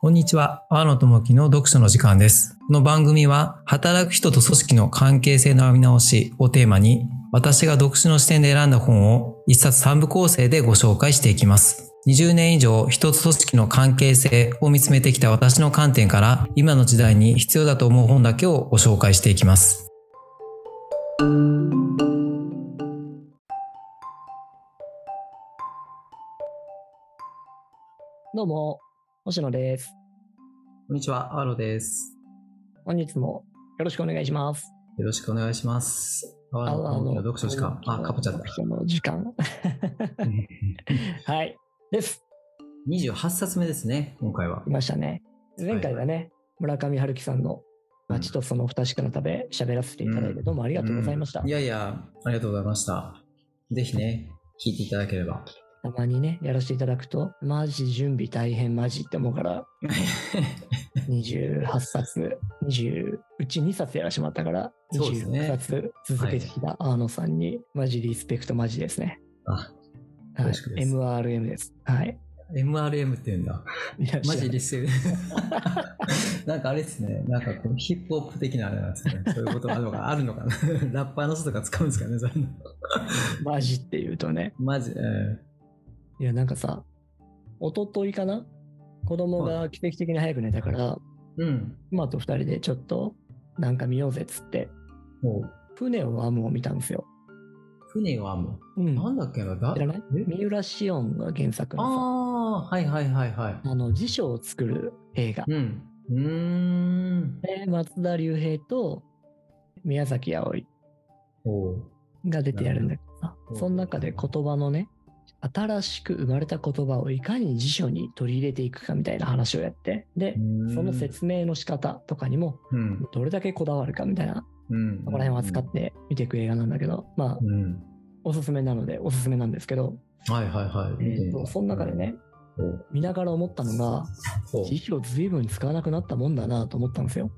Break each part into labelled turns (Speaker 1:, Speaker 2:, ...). Speaker 1: こんにちは。和野智樹の読書の時間です。この番組は、働く人と組織の関係性の見直しをテーマに、私が読書の視点で選んだ本を一冊三部構成でご紹介していきます。20年以上一つ組織の関係性を見つめてきた私の観点から今の時代に必要だと思う本だけをご紹介していきます。
Speaker 2: どうも、星野です。
Speaker 1: こんにちは、アロです。
Speaker 2: 本日もよろしくお願いします。
Speaker 1: よろしくお願いします。アロの読書時間。あ、かぼちゃだ。
Speaker 2: 時間。 はい。です。
Speaker 1: 28冊目ですね、今回は。
Speaker 2: いましたね。前回はね、はい、村上春樹さんの街とその不確かな旅、喋らせていただいて、どうもありがとうございました、う
Speaker 1: う
Speaker 2: ん
Speaker 1: ん、いやいや、ありがとうございました。ぜひね、聞いていただけれ ば。
Speaker 2: たまにね、やらせていただくと、マジ準備大変マジって思うから、28冊、20、うち2冊やらしてもらったから、26冊続けてきたアーノさんに、はい、マジリスペクトマジですね。
Speaker 1: あ
Speaker 2: はい、MRM です。はい。
Speaker 1: MRM って言うんだ。マジリス なんかあれですね、なんかこのヒップホップ的なあれなんですね。そういうことあるのかあるのかな。 ラッパーの人とか使うんですかね、それ
Speaker 2: マジって言うとね。
Speaker 1: マジ、え
Speaker 2: ー、いや、なんかさ、一昨日かな子供が奇跡的に早く寝たから、
Speaker 1: うん、
Speaker 2: 妻と二人でちょっとなんか見ようぜっつって、船を編むを見たんですよ。
Speaker 1: 船はもう、うん、なんだっけな、だ
Speaker 2: 知らない三浦紫音が原作
Speaker 1: のさ。ああ、はいはいはいはい。
Speaker 2: あの、辞書を作る映画。
Speaker 1: うん。うん
Speaker 2: で、松田龍平と宮崎あおいが出てやるんだけどさ、その中で言葉のね、新しく生まれた言葉をいかに辞書に取り入れていくかみたいな話をやって、で、その説明の仕方とかにも、どれだけこだわるかみたいなそ、うん、こら辺を扱って見ていく映画なんだけど、まあ、うん、おすすめなのでおすすめなんですけど、
Speaker 1: はいはいはい。
Speaker 2: えーと、とその中でね、うん、見ながら思ったのが、辞書随分使わなくなったもんだなと思ったんですよ。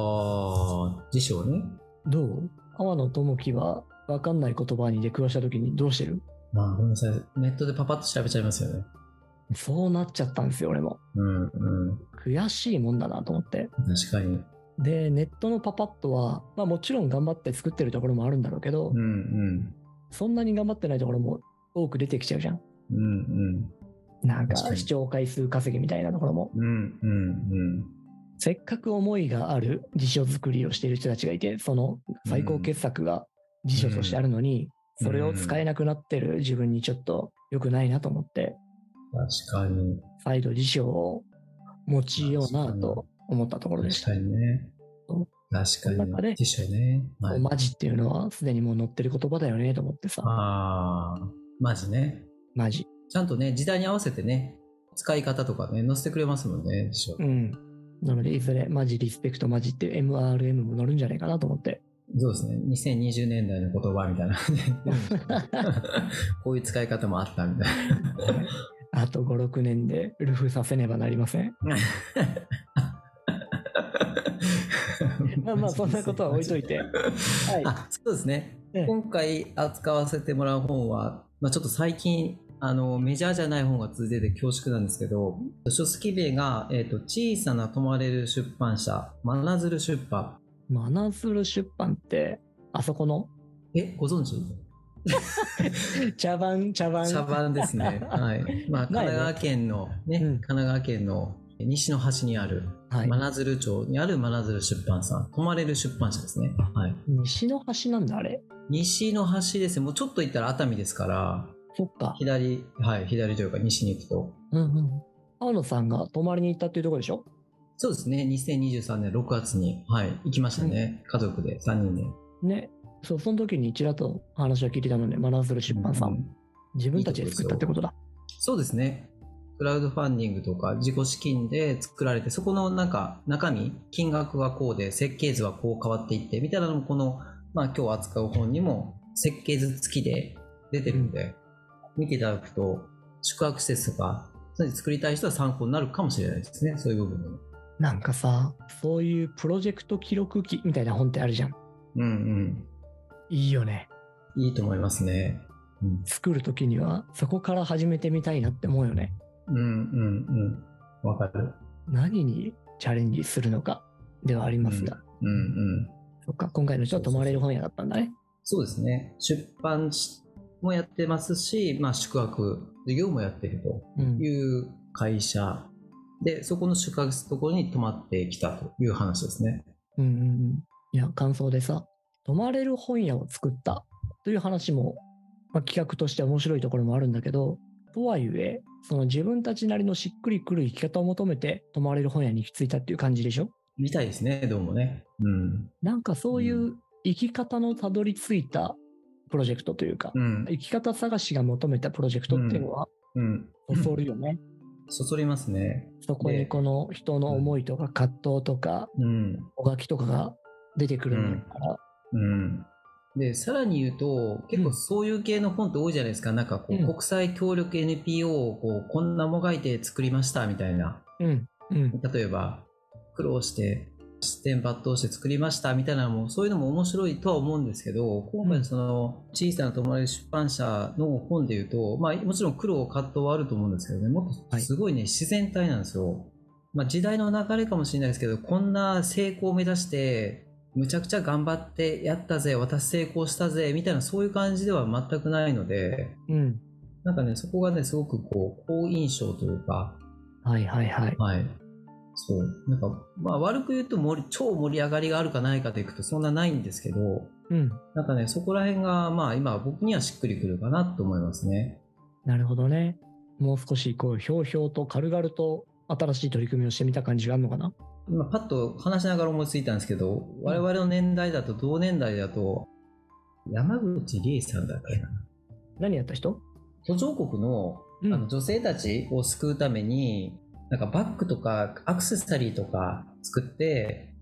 Speaker 1: ああ、辞書ね。
Speaker 2: どう阿野智樹は分かんない言葉に出くわした時にどうしてる
Speaker 1: まあ、ごめんなさい。ネットでパパッと調べちゃいますよね。
Speaker 2: そうなっちゃったんですよ、俺も。
Speaker 1: うんうん。
Speaker 2: 悔しいもんだなと思って。
Speaker 1: 確かに。
Speaker 2: でネットのパパッとは、まあ、もちろん頑張って作ってるところもあるんだろうけど、
Speaker 1: うんうん、
Speaker 2: そんなに頑張ってないところも多く出てきちゃうじゃん。
Speaker 1: うんうん、
Speaker 2: なんか視聴回数稼ぎみたいなところも。
Speaker 1: うんうんうん、
Speaker 2: せっかく思いがある辞書作りをしている人たちがいてその最高傑作が辞書としてあるのに、うん、それを使えなくなってる自分にちょっと良くないなと思って。
Speaker 1: 確かに。
Speaker 2: 再度辞書を用いようなと。思ったところでした。
Speaker 1: 確かにね。確かに。で辞書ね。
Speaker 2: はい、マジっていうのはすでにもう載ってる言葉だよねと思ってさ。
Speaker 1: ああ、マジね。
Speaker 2: マジ。
Speaker 1: ちゃんとね、時代に合わせてね、使い方とかね、載せてくれますもんね、辞書。
Speaker 2: うん。なので、いずれマジリスペクトマジっていう MRM も載るんじゃないかなと思って。
Speaker 1: そうですね。2020年代の言葉みたいな、ね。 こういう使い方もあったみたいな。、
Speaker 2: あと5、6年でルフさせねばなりません。 まあまあそんなことは置いとい て。はい
Speaker 1: あそうですね、うん、今回扱わせてもらう本は、まあ、ちょっと最近あのメジャーじゃない本が続いてて恐縮なんですけど書籍名が、えーと「小さな泊まれる出版社真鶴出版」。
Speaker 2: 真鶴出版ってあそこの
Speaker 1: えご存知
Speaker 2: 茶番茶番
Speaker 1: 茶番ですね、はい まあ、神奈川県のね、ねうん、神奈川県の西の端にある、真鶴町にある真鶴出版さん、泊まれる出版社ですね。はい、
Speaker 2: 西の端なんだ、あれ
Speaker 1: 西の端ですね、もうちょっと行ったら熱海ですから、
Speaker 2: そっか
Speaker 1: 左、はい、左というか、西に行くと。
Speaker 2: うんうん。青野さんが泊まりに行ったっていうところでしょ
Speaker 1: そうですね、2023年6月に、はい、行きましたね、うん、家族で、3人で。
Speaker 2: ね、そう、その時にちらっと話を聞いてたので、真鶴出版さん、うん、自分たちで作ったってことだ。
Speaker 1: いいとそうですね、クラウドファンディングとか自己資金で作られて、そこのなんか中身、金額はこうで、設計図はこう変わっていって、みたいなのもこの、まあ今日扱う本にも設計図付きで出てるんで、見ていただくと、宿泊施設とか、そう作りたい人は参考になるかもしれないですね、そういう部分
Speaker 2: なんかさ、そういうプロジェクト記録機みたいな本ってあるじゃん。
Speaker 1: うんうん。
Speaker 2: いいよね。
Speaker 1: いいと思いますね。
Speaker 2: うん、作るときには、そこから始めてみたいなって思うよね。
Speaker 1: うんうんうん。わかる。
Speaker 2: 何にチャレンジするのかではありますが、
Speaker 1: うんうん。
Speaker 2: そっか、今回の人は泊まれる本屋だったんだね。
Speaker 1: そうですね。出版もやってますし、まあ、宿泊事業もやってると
Speaker 2: うん
Speaker 1: いう会社で、そこの宿泊するところに泊まってきたという話ですね。
Speaker 2: うんうんうん。いや、感想でさ、泊まれる本屋を作ったという話も、まあ、企画として面白いところもあるんだけど、とはいえ、その自分たちなりのしっくりくる生き方を求めて泊まれる本屋に行き着いたっていう感じでしょ
Speaker 1: みたいですね、どうもね。うん。
Speaker 2: なんかそういうう生き方のたどり着いたプロジェクトというか、
Speaker 1: うん。
Speaker 2: 生き方探しが求めたプロジェクトっていうのは、
Speaker 1: うん。
Speaker 2: そそるよね。
Speaker 1: そそりますね。
Speaker 2: そこにこの人の思いとか葛藤とか、
Speaker 1: うん。
Speaker 2: おがきとかが出てくるんだから、
Speaker 1: うん。で、さらに言うと、結構そういう系の本って多いじゃないですか。なんかこう、
Speaker 2: うん
Speaker 1: 国際協力 NPO をこうこんなもがいて作りましたみたいな。
Speaker 2: うん、うん、
Speaker 1: 例えば苦労して視点抜刀して作りましたみたいなのもそういうのも面白いとは思うんですけど今回のその小さな泊まり出版社の本でいうと、まあ、もちろん苦労葛藤はあると思うんですけどねもっと
Speaker 2: はい
Speaker 1: すごいね、自然体なんですよ、まあ、時代の流れかもしれないですけどこんな成功を目指してむちゃくちゃ頑張ってやったぜ私成功したぜみたいなそういう感じでは全くないので
Speaker 2: うん。
Speaker 1: なんかねそこがねすごくこう好印象というか
Speaker 2: はいはいはい。
Speaker 1: はい。そう。なんか、まあ悪く言うと盛り超盛り上がりがあるかないかでいくとそんなないんですけど、
Speaker 2: うん。
Speaker 1: なんかね、そこら辺が、まあ今僕にはしっくりくるかなと思いますね。
Speaker 2: なるほどね。もう少しこう、ひょうひょうと軽々と新しい取り組みをしてみた感じがあるのかな
Speaker 1: 今パッと話しながら思いついたんですけど、我々の年代だと同年代だと、山口理恵さんだっけな。
Speaker 2: 何やった人
Speaker 1: 途上国の
Speaker 2: う
Speaker 1: あの
Speaker 2: ん。
Speaker 1: 女性たちを救うために、なんかバッグとかアクセサリーとか作って、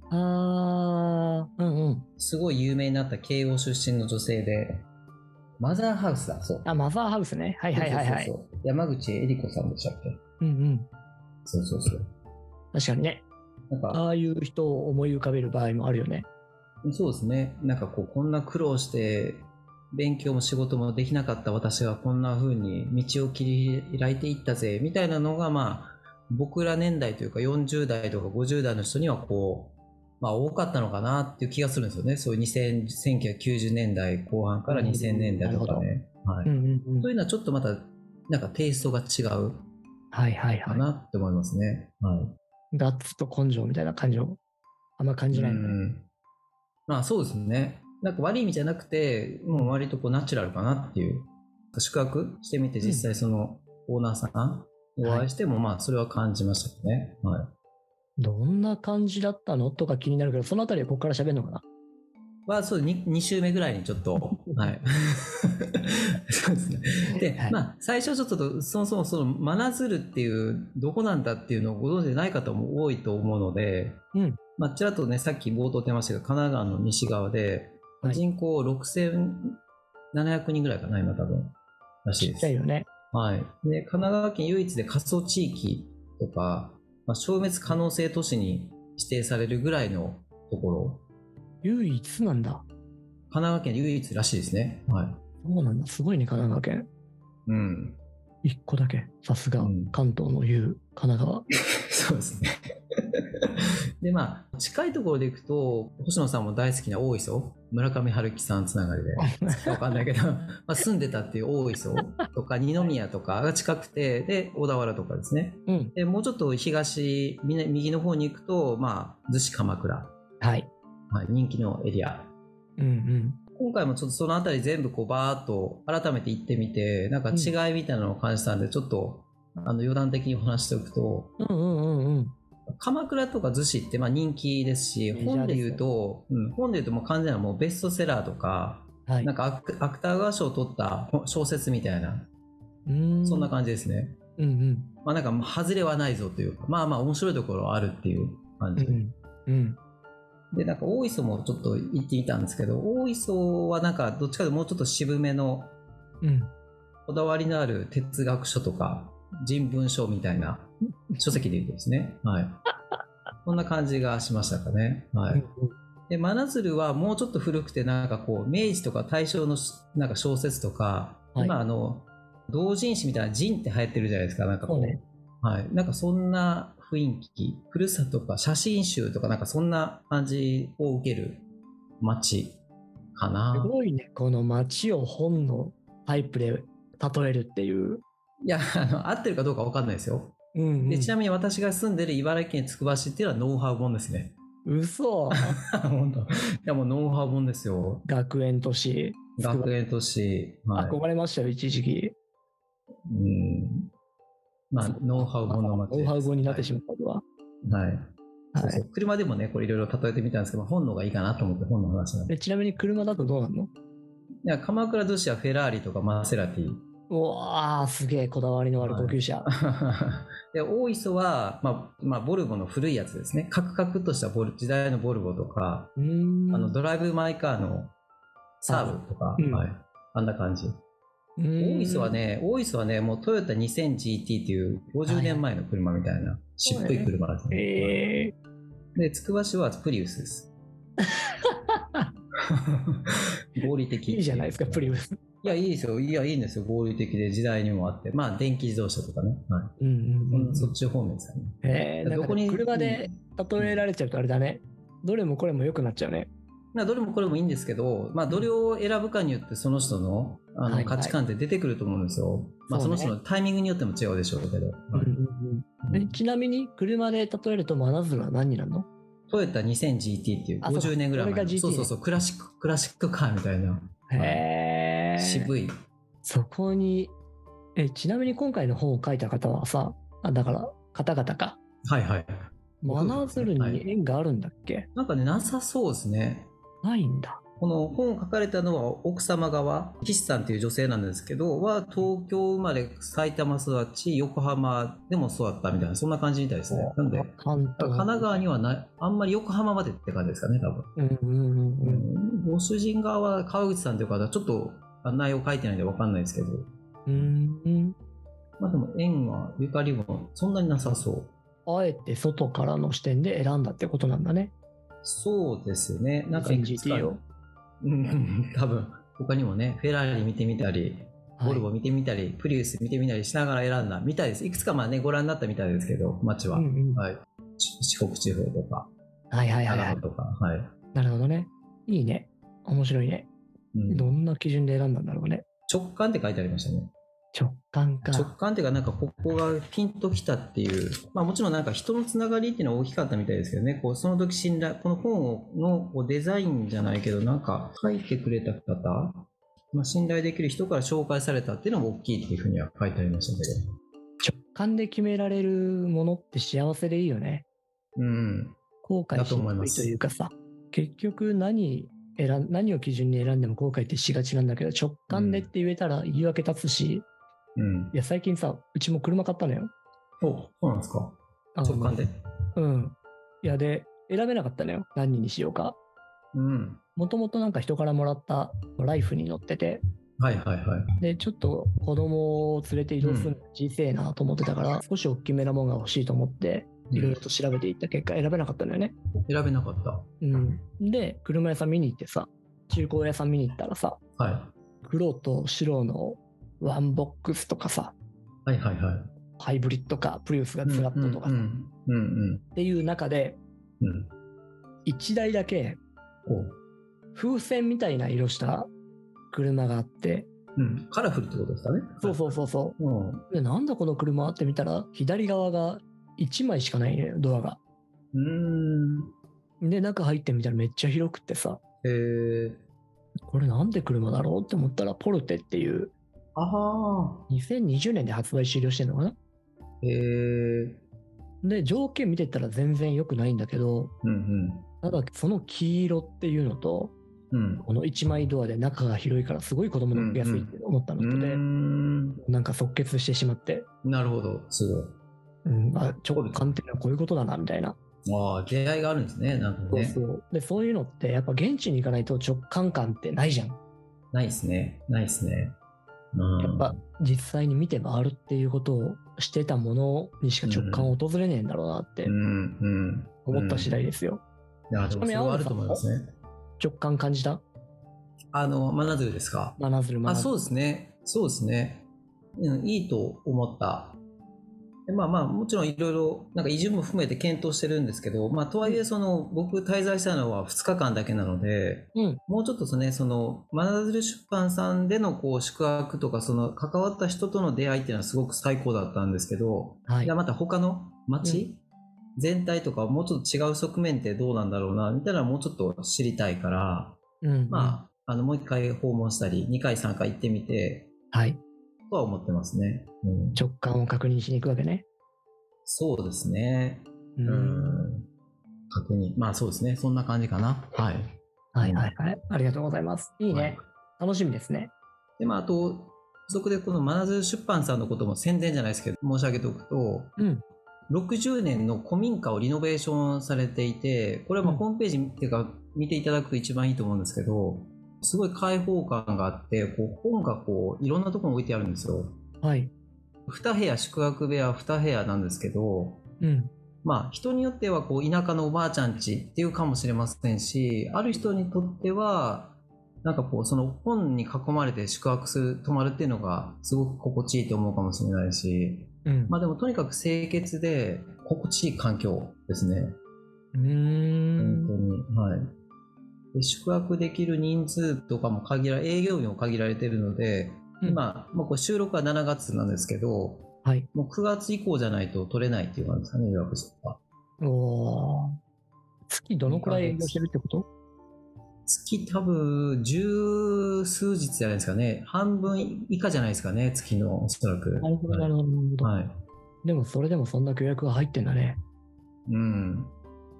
Speaker 2: あー、うんうん。
Speaker 1: すごい有名になった慶応出身の女性で、マザーハウスだ、そう。
Speaker 2: あ、マザーハウスね。はいはいはいはい
Speaker 1: そう。そうそう山口恵理子さんでしたっけ
Speaker 2: うんうん。
Speaker 1: そうそうそう。
Speaker 2: 確かにね。
Speaker 1: なんか、
Speaker 2: ああいう人を思い浮かべる場合もあるよね。
Speaker 1: そうですね。なんかこう、こんな苦労して、勉強も仕事もできなかった私がこんな風に道を切り開いていったぜ、みたいなのが、まあ、僕ら年代というか40代とか50代の人にはこう、まあ多かったのかなっていう気がするんですよね。そういう2000 1990年代後半から2000年代とかね。はい
Speaker 2: うん。うん
Speaker 1: と
Speaker 2: うん。
Speaker 1: いうのはちょっとまた、なんかテイストが違う
Speaker 2: はいはいは
Speaker 1: かなって思いますね。はい。
Speaker 2: い。ガッツと根性みたいな感じをあんま感じないのね。
Speaker 1: うんまあそうですね。なんか悪い意味じゃなくて、もう割とこうナチュラルかなっていう。宿泊してみて実際そのオーナーさんにお会いしても、まあそれは感じましたね。はい。
Speaker 2: どんな感じだったのとか気になるけど、そのあたりはここから喋るのかな
Speaker 1: はそう 2, 2週目ぐらいにちょっと、 はい。そうですね。で、
Speaker 2: はい
Speaker 1: まあ、最初ちょっと、そもそもその、真鶴っていう、どこなんだっていうのをご存知でない方も多いと思うので、
Speaker 2: うん
Speaker 1: まあ、ちらっとね、さっき冒頭出ましたけど、神奈川の西側で、
Speaker 2: はい
Speaker 1: 人口6700人ぐらいかな、今多分。らしい
Speaker 2: ち
Speaker 1: で
Speaker 2: っ
Speaker 1: す
Speaker 2: ちゃい。よね。
Speaker 1: はい。で、神奈川県唯一で過疎地域とか、まあ、消滅可能性都市に指定されるぐらいのところ
Speaker 2: 唯一なんだ。
Speaker 1: 神奈川県唯一らしいですね。はい。
Speaker 2: そうなんだ。すごいね、神奈川県。
Speaker 1: うん。
Speaker 2: 一個だけ。さすが
Speaker 1: うん、
Speaker 2: 関東の言う神奈川。
Speaker 1: そうですね。 で、まあ、近いところでいくと、星野さんも大好きな大磯、村上春樹さんつながりで、わかんないけど、まあ、住んでたっていう大磯とか、二宮とかが近くて、で、小田原とかですね。
Speaker 2: うん。
Speaker 1: で、 もうちょっと東、みな右の方に行くと、まあ、逗子鎌倉、
Speaker 2: はい。
Speaker 1: まあ、人気のエリア
Speaker 2: うんうん。
Speaker 1: 今回もちょっとそのあたり全部こうバーッと改めて行ってみて、なんか違いみたいなのを感じたんで、ちょっとあの余談的にお話しておくと、
Speaker 2: うんうんうんうん。
Speaker 1: 鎌倉とか逗子ってまあ人気ですし、
Speaker 2: メジャー
Speaker 1: 本で言うと、うん、本で言うともう完全なもうベストセラーとか、
Speaker 2: はい。
Speaker 1: なんかアク芥川賞を取った小説みたいな、
Speaker 2: うん
Speaker 1: そんな感じですね。
Speaker 2: うんうん。
Speaker 1: まあなんかもう外れはないぞというか、まあまあ面白いところはあるっていう感
Speaker 2: う
Speaker 1: じ。
Speaker 2: んうん。
Speaker 1: で、なんか大磯もちょっと行ってみたんですけど、大磯はなんかどっちかというともうちょっと渋めの
Speaker 2: うん。
Speaker 1: こだわりのある哲学書とか人文書みたいな書籍で言うとですね。 はい。そんな感じがしましたかね。は
Speaker 2: うん
Speaker 1: い。で、真鶴はもうちょっと古くてなんかこう、明治とか大正のなんか小説とか、
Speaker 2: はい
Speaker 1: 今あの、同人誌みたいな人って流行ってるじゃないですか。なんかこう。
Speaker 2: そうね
Speaker 1: はい。なんかそんな雰囲気、古さとか写真集とかなんかそんな感じを受ける街かな。
Speaker 2: すごいね、この街を本のタイプで例えるっていう。
Speaker 1: いや、あの合ってるかどうかわかんないですよ。
Speaker 2: うん、うん。
Speaker 1: でちなみに私が住んでる茨城県つくば市っていうのはノウハウ本ですね。
Speaker 2: 嘘
Speaker 1: 本当。いやもうノウハウ本ですよ。
Speaker 2: 学園都市。
Speaker 1: 学園都市。はい、
Speaker 2: 憧れましたよ、一時期。
Speaker 1: うん。まあ、ノウハウ本の街
Speaker 2: ノ
Speaker 1: です。
Speaker 2: ウハウ語になってしまったのは。
Speaker 1: はい。はいそう
Speaker 2: は
Speaker 1: そう車でもね、これいろいろ例えてみたんですけど、本能がいいかなと思って本の話なん
Speaker 2: い、
Speaker 1: で。
Speaker 2: えちなみに車だとどうなの
Speaker 1: いや、鎌倉女子はフェラーリとかマセラティ。
Speaker 2: うわー、すげえこだわりのある
Speaker 1: はい
Speaker 2: 高級車。
Speaker 1: で、大磯は、まあ、まあ、ボルボの古いやつですね。カクカクっとしたボル時代のボルボとか、
Speaker 2: うーん。
Speaker 1: あの、ドライブ・マイ・カーのサーブとか、
Speaker 2: うん
Speaker 1: はい。あんな感じ。
Speaker 2: うーん
Speaker 1: 大磯は、ね、大磯はね、もうトヨタ 2000GT っていう50年前の車みたいな、しっぽい車ですね。
Speaker 2: えー、
Speaker 1: で、つくば市はプリウス です。合理的。
Speaker 2: いいじゃないですか、プリ
Speaker 1: ウス。
Speaker 2: ウス。
Speaker 1: いや、いいですよ。いや、いいんですよ。合理的で時代にもあって。まあ、電気自動車とかね。は
Speaker 2: うん
Speaker 1: い。
Speaker 2: うんうん。
Speaker 1: そっち方面ですよね。
Speaker 2: えー、なん
Speaker 1: ど
Speaker 2: か
Speaker 1: こ
Speaker 2: ね
Speaker 1: に
Speaker 2: 車で例えられちゃうとあれだね。どれもこれも良くなっちゃうね。
Speaker 1: まあ、どれもこれもいいんですけど、まあ、どれを選ぶかによって、その人のあ
Speaker 2: はいは
Speaker 1: の
Speaker 2: い
Speaker 1: 価値観って出てくると思うんですよ。まあ、
Speaker 2: そ
Speaker 1: そうの
Speaker 2: ね
Speaker 1: 人のタイミングによっても違うでしょうけど。
Speaker 2: うんうんうんえちなみに、車で例えると真鶴は何になるの
Speaker 1: トヨタ 2000GT っていう
Speaker 2: あそうか
Speaker 1: 50年ぐらい前
Speaker 2: これが
Speaker 1: の
Speaker 2: GT
Speaker 1: そうそうそう、クラシック、クラシックカーみたいな、
Speaker 2: へえ。
Speaker 1: 渋い。
Speaker 2: そこに、え、ちなみに今回の本を書いた方はさ、あだから、方々か。
Speaker 1: はいはい。
Speaker 2: 真鶴に縁があるんだっけ、
Speaker 1: なんかね、なさそうですね。
Speaker 2: ないんだ。
Speaker 1: この本を書かれたのは奥様側、岸さんっていう女性なんですけど、は東京生まれ、埼玉育ち、横浜でも育ったみたいな、そんな感じみたいですね。なんで、
Speaker 2: 関東。
Speaker 1: 神奈川にはない、あんまり横浜までって感じですかね、多分。
Speaker 2: うんうんうんうん。
Speaker 1: うんご主人側は川口さんという方はちょっと内容書いてないんでわかんないですけど、
Speaker 2: うんうん
Speaker 1: まあでも縁はゆかりもそんなになさそう。
Speaker 2: あえて外からの視点で選んだってことなんだね。
Speaker 1: そうですね。なんかいくつか
Speaker 2: GT を。
Speaker 1: うん、多分他にもね、フェラーリ見てみたり、ボルボ見てみたり、プリウス見てみたりしながら選んだみたいです。いくつかまあね、ご覧になったみたいですけど、街は。
Speaker 2: はいうんうん
Speaker 1: はい。ち四国地方とか、
Speaker 2: はいはいはいは
Speaker 1: 長
Speaker 2: い
Speaker 1: 野。とか、はい。
Speaker 2: なるほどね。いいね。面白いね。
Speaker 1: うん
Speaker 2: どんな基準で選んだんだろうね。
Speaker 1: 直感って書いてありましたね。
Speaker 2: 直感か。
Speaker 1: 直感っていうか、なんかここがピンときたっていう、まあもちろんなんか人のつながりっていうのは大きかったみたいですけどね、こうその時信頼、この本をのこうデザインじゃないけど、なんか書いてくれた方、まあ、信頼できる人から紹介されたっていうのも大きいっていうふうには書いてありましたけど。
Speaker 2: 直感で決められるものって幸せでいいよね。
Speaker 1: うん。
Speaker 2: 後悔
Speaker 1: だ
Speaker 2: し
Speaker 1: と思い
Speaker 2: な
Speaker 1: ま
Speaker 2: い
Speaker 1: す
Speaker 2: というかさ。結局何選ん、何を基準に選んでも後悔ってしがちなんだけど、直感でって言えたら言い訳立つし、
Speaker 1: うん
Speaker 2: い。や、最近さ、うちも車買ったのよ。
Speaker 1: お、そうなんですか。
Speaker 2: あの
Speaker 1: 直感で。
Speaker 2: うん。いや、で、選べなかったのよ。何にしようか。
Speaker 1: うん。
Speaker 2: もともとなんか人からもらったライフに乗ってて、
Speaker 1: はいはいはい。
Speaker 2: で、ちょっと子供を連れて移動するの小さいなと思ってたから、少し大きめなもんが欲しいと思って、いろいろと調べていった結果、選べなかったのよね。
Speaker 1: 選べなかった。
Speaker 2: うん。で、車屋さん見に行ってさ、中古屋さん見に行ったらさ、
Speaker 1: はい。
Speaker 2: 黒と白のワンボックスとかさ、
Speaker 1: はいはいはい。
Speaker 2: ハイブリッドか、プリウスがずらっととか
Speaker 1: う
Speaker 2: さ、
Speaker 1: んうんうん
Speaker 2: っていう中で、
Speaker 1: うん。うん。
Speaker 2: 1台だけ
Speaker 1: お
Speaker 2: 風船みたいな色した車があって、
Speaker 1: うん。カラフルってことですかね。
Speaker 2: そうそうそうそう、
Speaker 1: う。うん。
Speaker 2: でなんだこの車って見たら左側が1枚しかないのよドアが
Speaker 1: うーん。
Speaker 2: で中入ってみたらめっちゃ広くってさ
Speaker 1: えー、
Speaker 2: これなんで車だろうって思ったらポルテっていう
Speaker 1: あ
Speaker 2: 2020年で発売終了してんのかな
Speaker 1: あ、えー、
Speaker 2: で条件見てったら全然良くないんだけど
Speaker 1: うん
Speaker 2: ただその黄色っていうのと
Speaker 1: うん。うん。
Speaker 2: この1枚ドアで中が広いからすごい子供の受けやすいって思ったの
Speaker 1: う
Speaker 2: とで、
Speaker 1: ーん。
Speaker 2: なんか即決してしまって、
Speaker 1: なるほど、すごい。
Speaker 2: うん、あ直感っていうのはこういうことだなみたいな
Speaker 1: ああ、出会いがあるんですね、なんかね。
Speaker 2: そうでそういうのってやっぱ現地に行かないと直感感ってないじゃん
Speaker 1: ないですね、ないですね。うん。
Speaker 2: やっぱ実際に見て回るっていうことをしてたものにしか直感を訪れねえんだろうなって
Speaker 1: うんうん。
Speaker 2: 思った次第ですよ。
Speaker 1: いや、でもそれはあると思いますね。
Speaker 2: 直感感じた
Speaker 1: あの、真鶴ですか。
Speaker 2: 真鶴真鶴
Speaker 1: あ、そうですね、そうですね。うん、いいと思った。でまあまあ、もちろんいろいろ、なんか移住も含めて検討してるんですけど、まあ、とはいえ、その、僕滞在したのは2日間だけなので、
Speaker 2: うん。
Speaker 1: もうちょっとですね、その、真鶴出版さんでのこう宿泊とか、その、関わった人との出会いっていうのはすごく最高だったんですけど、
Speaker 2: はい
Speaker 1: いや、。また他の街、全体とか、もうちょっと違う側面ってどうなんだろうな、みたいなのはもうちょっと知りたいから、
Speaker 2: うん。
Speaker 1: まあ、あの、もう一回訪問したり、2回3回行ってみて、
Speaker 2: あ。はい。
Speaker 1: とは思ってますね。うん、
Speaker 2: 直感を確認しに行くわけね。
Speaker 1: そうですね。
Speaker 2: う
Speaker 1: う。ん。確認。まあそうですね。そんな感じかな。はい。
Speaker 2: はいはいはい。ありがとうございます。いいね。
Speaker 1: はい
Speaker 2: 楽しみですね。
Speaker 1: で、まああと、そこでこの真鶴出版さんのことも宣伝じゃないですけど、申し上げておくと、
Speaker 2: うん。
Speaker 1: 60年の古民家をリノベーションされていて、これはまあ
Speaker 2: うん
Speaker 1: ホームページっていうか見ていただくと一番いいと思うんですけど、すごい開放感があって、こう本がこういろんなところに置いてあるんですよ。
Speaker 2: はい。
Speaker 1: 2部屋、宿泊部屋2部屋なんですけど、
Speaker 2: うん。
Speaker 1: まあ、人によってはこう田舎のおばあちゃん家っていうかもしれませんしある人にとってはなんかこうその本に囲まれて宿泊する泊まるっていうのがすごく心地いいと思うかもしれないし、
Speaker 2: うん。
Speaker 1: まあ、でもとにかく清潔で心地いい環境ですね本
Speaker 2: うー
Speaker 1: 当
Speaker 2: ん。
Speaker 1: に、はいで宿泊できる人数とかも限ら営業日も限られてるので、
Speaker 2: うん
Speaker 1: 今、まあ、こう収録は7月なんですけど
Speaker 2: はい。
Speaker 1: もう9月以降じゃないと取れないっていう感じですかね予約とか。
Speaker 2: おー月どのくらい営業してるってこと
Speaker 1: 月多分十数日じゃないですかね半分以下じゃないですかね月のおそらく
Speaker 2: なるほど、なるほど、なるほど。
Speaker 1: はい、はい
Speaker 2: でも、それでもそんな予約が入ってんだね。
Speaker 1: うん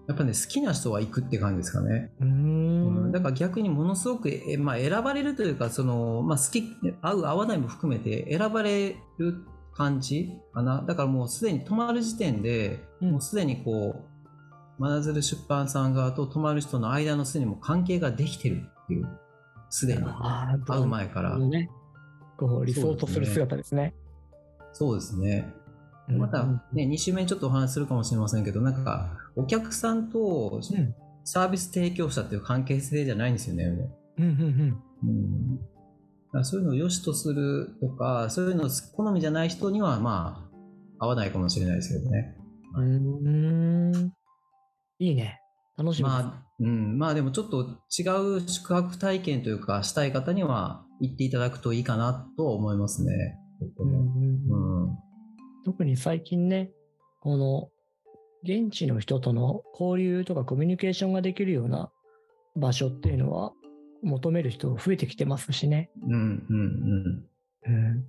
Speaker 1: やっぱね好きな人は行くって感じですかね、
Speaker 2: うー
Speaker 1: うん
Speaker 2: ん。
Speaker 1: だから逆にものすごく、えまあ、選ばれるというかその、まあ、好き合う合わないも含めて選ばれる感じかなだからもうすでに泊まる時点で、
Speaker 2: うん
Speaker 1: もうすでにこう真鶴出版さん側と泊まる人の間のすでにもう関係ができてるっていうすでに
Speaker 2: あー
Speaker 1: 会う前から
Speaker 2: なるほどね。こう理想とする姿ですね。
Speaker 1: そうですね
Speaker 2: うん
Speaker 1: また、ね、2週目にちょっとお話しするかもしれませんけど、なんか、お客さんと
Speaker 2: うん
Speaker 1: サービス提供者っていう関係性じゃないんですよね。
Speaker 2: うんうん
Speaker 1: うん、だからそういうのを良しとするとか、そういうの好みじゃない人には、まあ、合わないかもしれないですけどね。
Speaker 2: うん。うーん。いいね。楽しみで
Speaker 1: ま
Speaker 2: す。
Speaker 1: あ、うん、まあでもちょっと違う宿泊体験というか、したい方には行っていただくといいかなとは思いますね。とって
Speaker 2: うん
Speaker 1: も
Speaker 2: うんうん
Speaker 1: うん
Speaker 2: 特に最近ね、この現地の人との交流とかコミュニケーションができるような場所っていうのは求める人増えてきてますしね。
Speaker 1: うん、うん、うん。
Speaker 2: うん、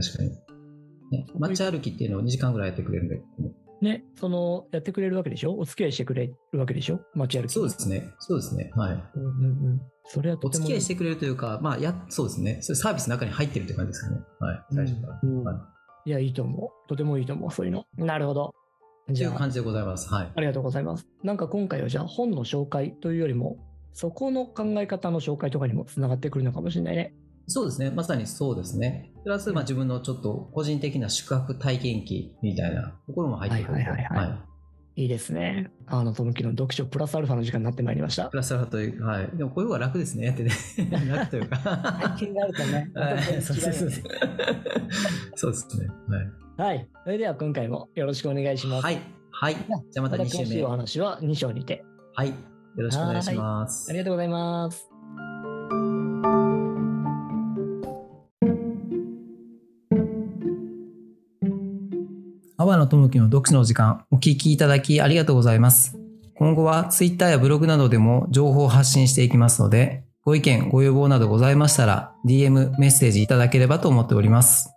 Speaker 1: 確かに。ね、街歩きっていうのを2時間ぐらいやってくれるんで。
Speaker 2: ね、そのやってくれるわけでしょお付き合いしてくれるわけでしょ街歩き。
Speaker 1: そうですね。そうですね。はい。
Speaker 2: うんうんうん。それはと
Speaker 1: お
Speaker 2: ても
Speaker 1: 付き合いしてくれるというか、まあ、や、そうですね。それサービスの中に入ってるって感じですかね。はい。最初から。
Speaker 2: うんうん
Speaker 1: はい
Speaker 2: いや、いいと思う。とてもいいと思う。そういうの。なるほど。
Speaker 1: って
Speaker 2: じ
Speaker 1: い
Speaker 2: ゃ
Speaker 1: う
Speaker 2: あ、
Speaker 1: 感じでございます。はい。
Speaker 2: ありがとうございます。なんか今回はじゃあ本の紹介というよりも、そこの考え方の紹介とかにもつながってくるのかもしれないね。
Speaker 1: そうですね。まさにそうですね。プラス、まあ、自分のちょっと個人的な宿泊体験記みたいなところも入ってくる。
Speaker 2: はいはいはいはいいいですね。あの、ともきの読書プラスアルファの時間になってまいりました
Speaker 1: プ。ラスアルファという、はい。でも、こういう方が楽ですね。やってね。楽というか。
Speaker 2: 体 験があるとね。
Speaker 1: はい。そうそうそうそう。そうですね。
Speaker 2: はい。それでは今回もよろしくお願いします。
Speaker 1: はい。はい。はい。じゃあま
Speaker 2: ま
Speaker 1: た
Speaker 2: た
Speaker 1: 2
Speaker 2: 詳
Speaker 1: 週
Speaker 2: しい
Speaker 1: 目
Speaker 2: お。話は2章にて。
Speaker 1: はい。よろしくお願いします。
Speaker 2: ありがとうございます。
Speaker 1: 阿波野智樹の読書の時間、お聞きいただきありがとうございます。今後は Twitter やブログなどでも情報を発信していきますので、ご意見、ご要望などございましたら、DM、メッセージいただければと思っております。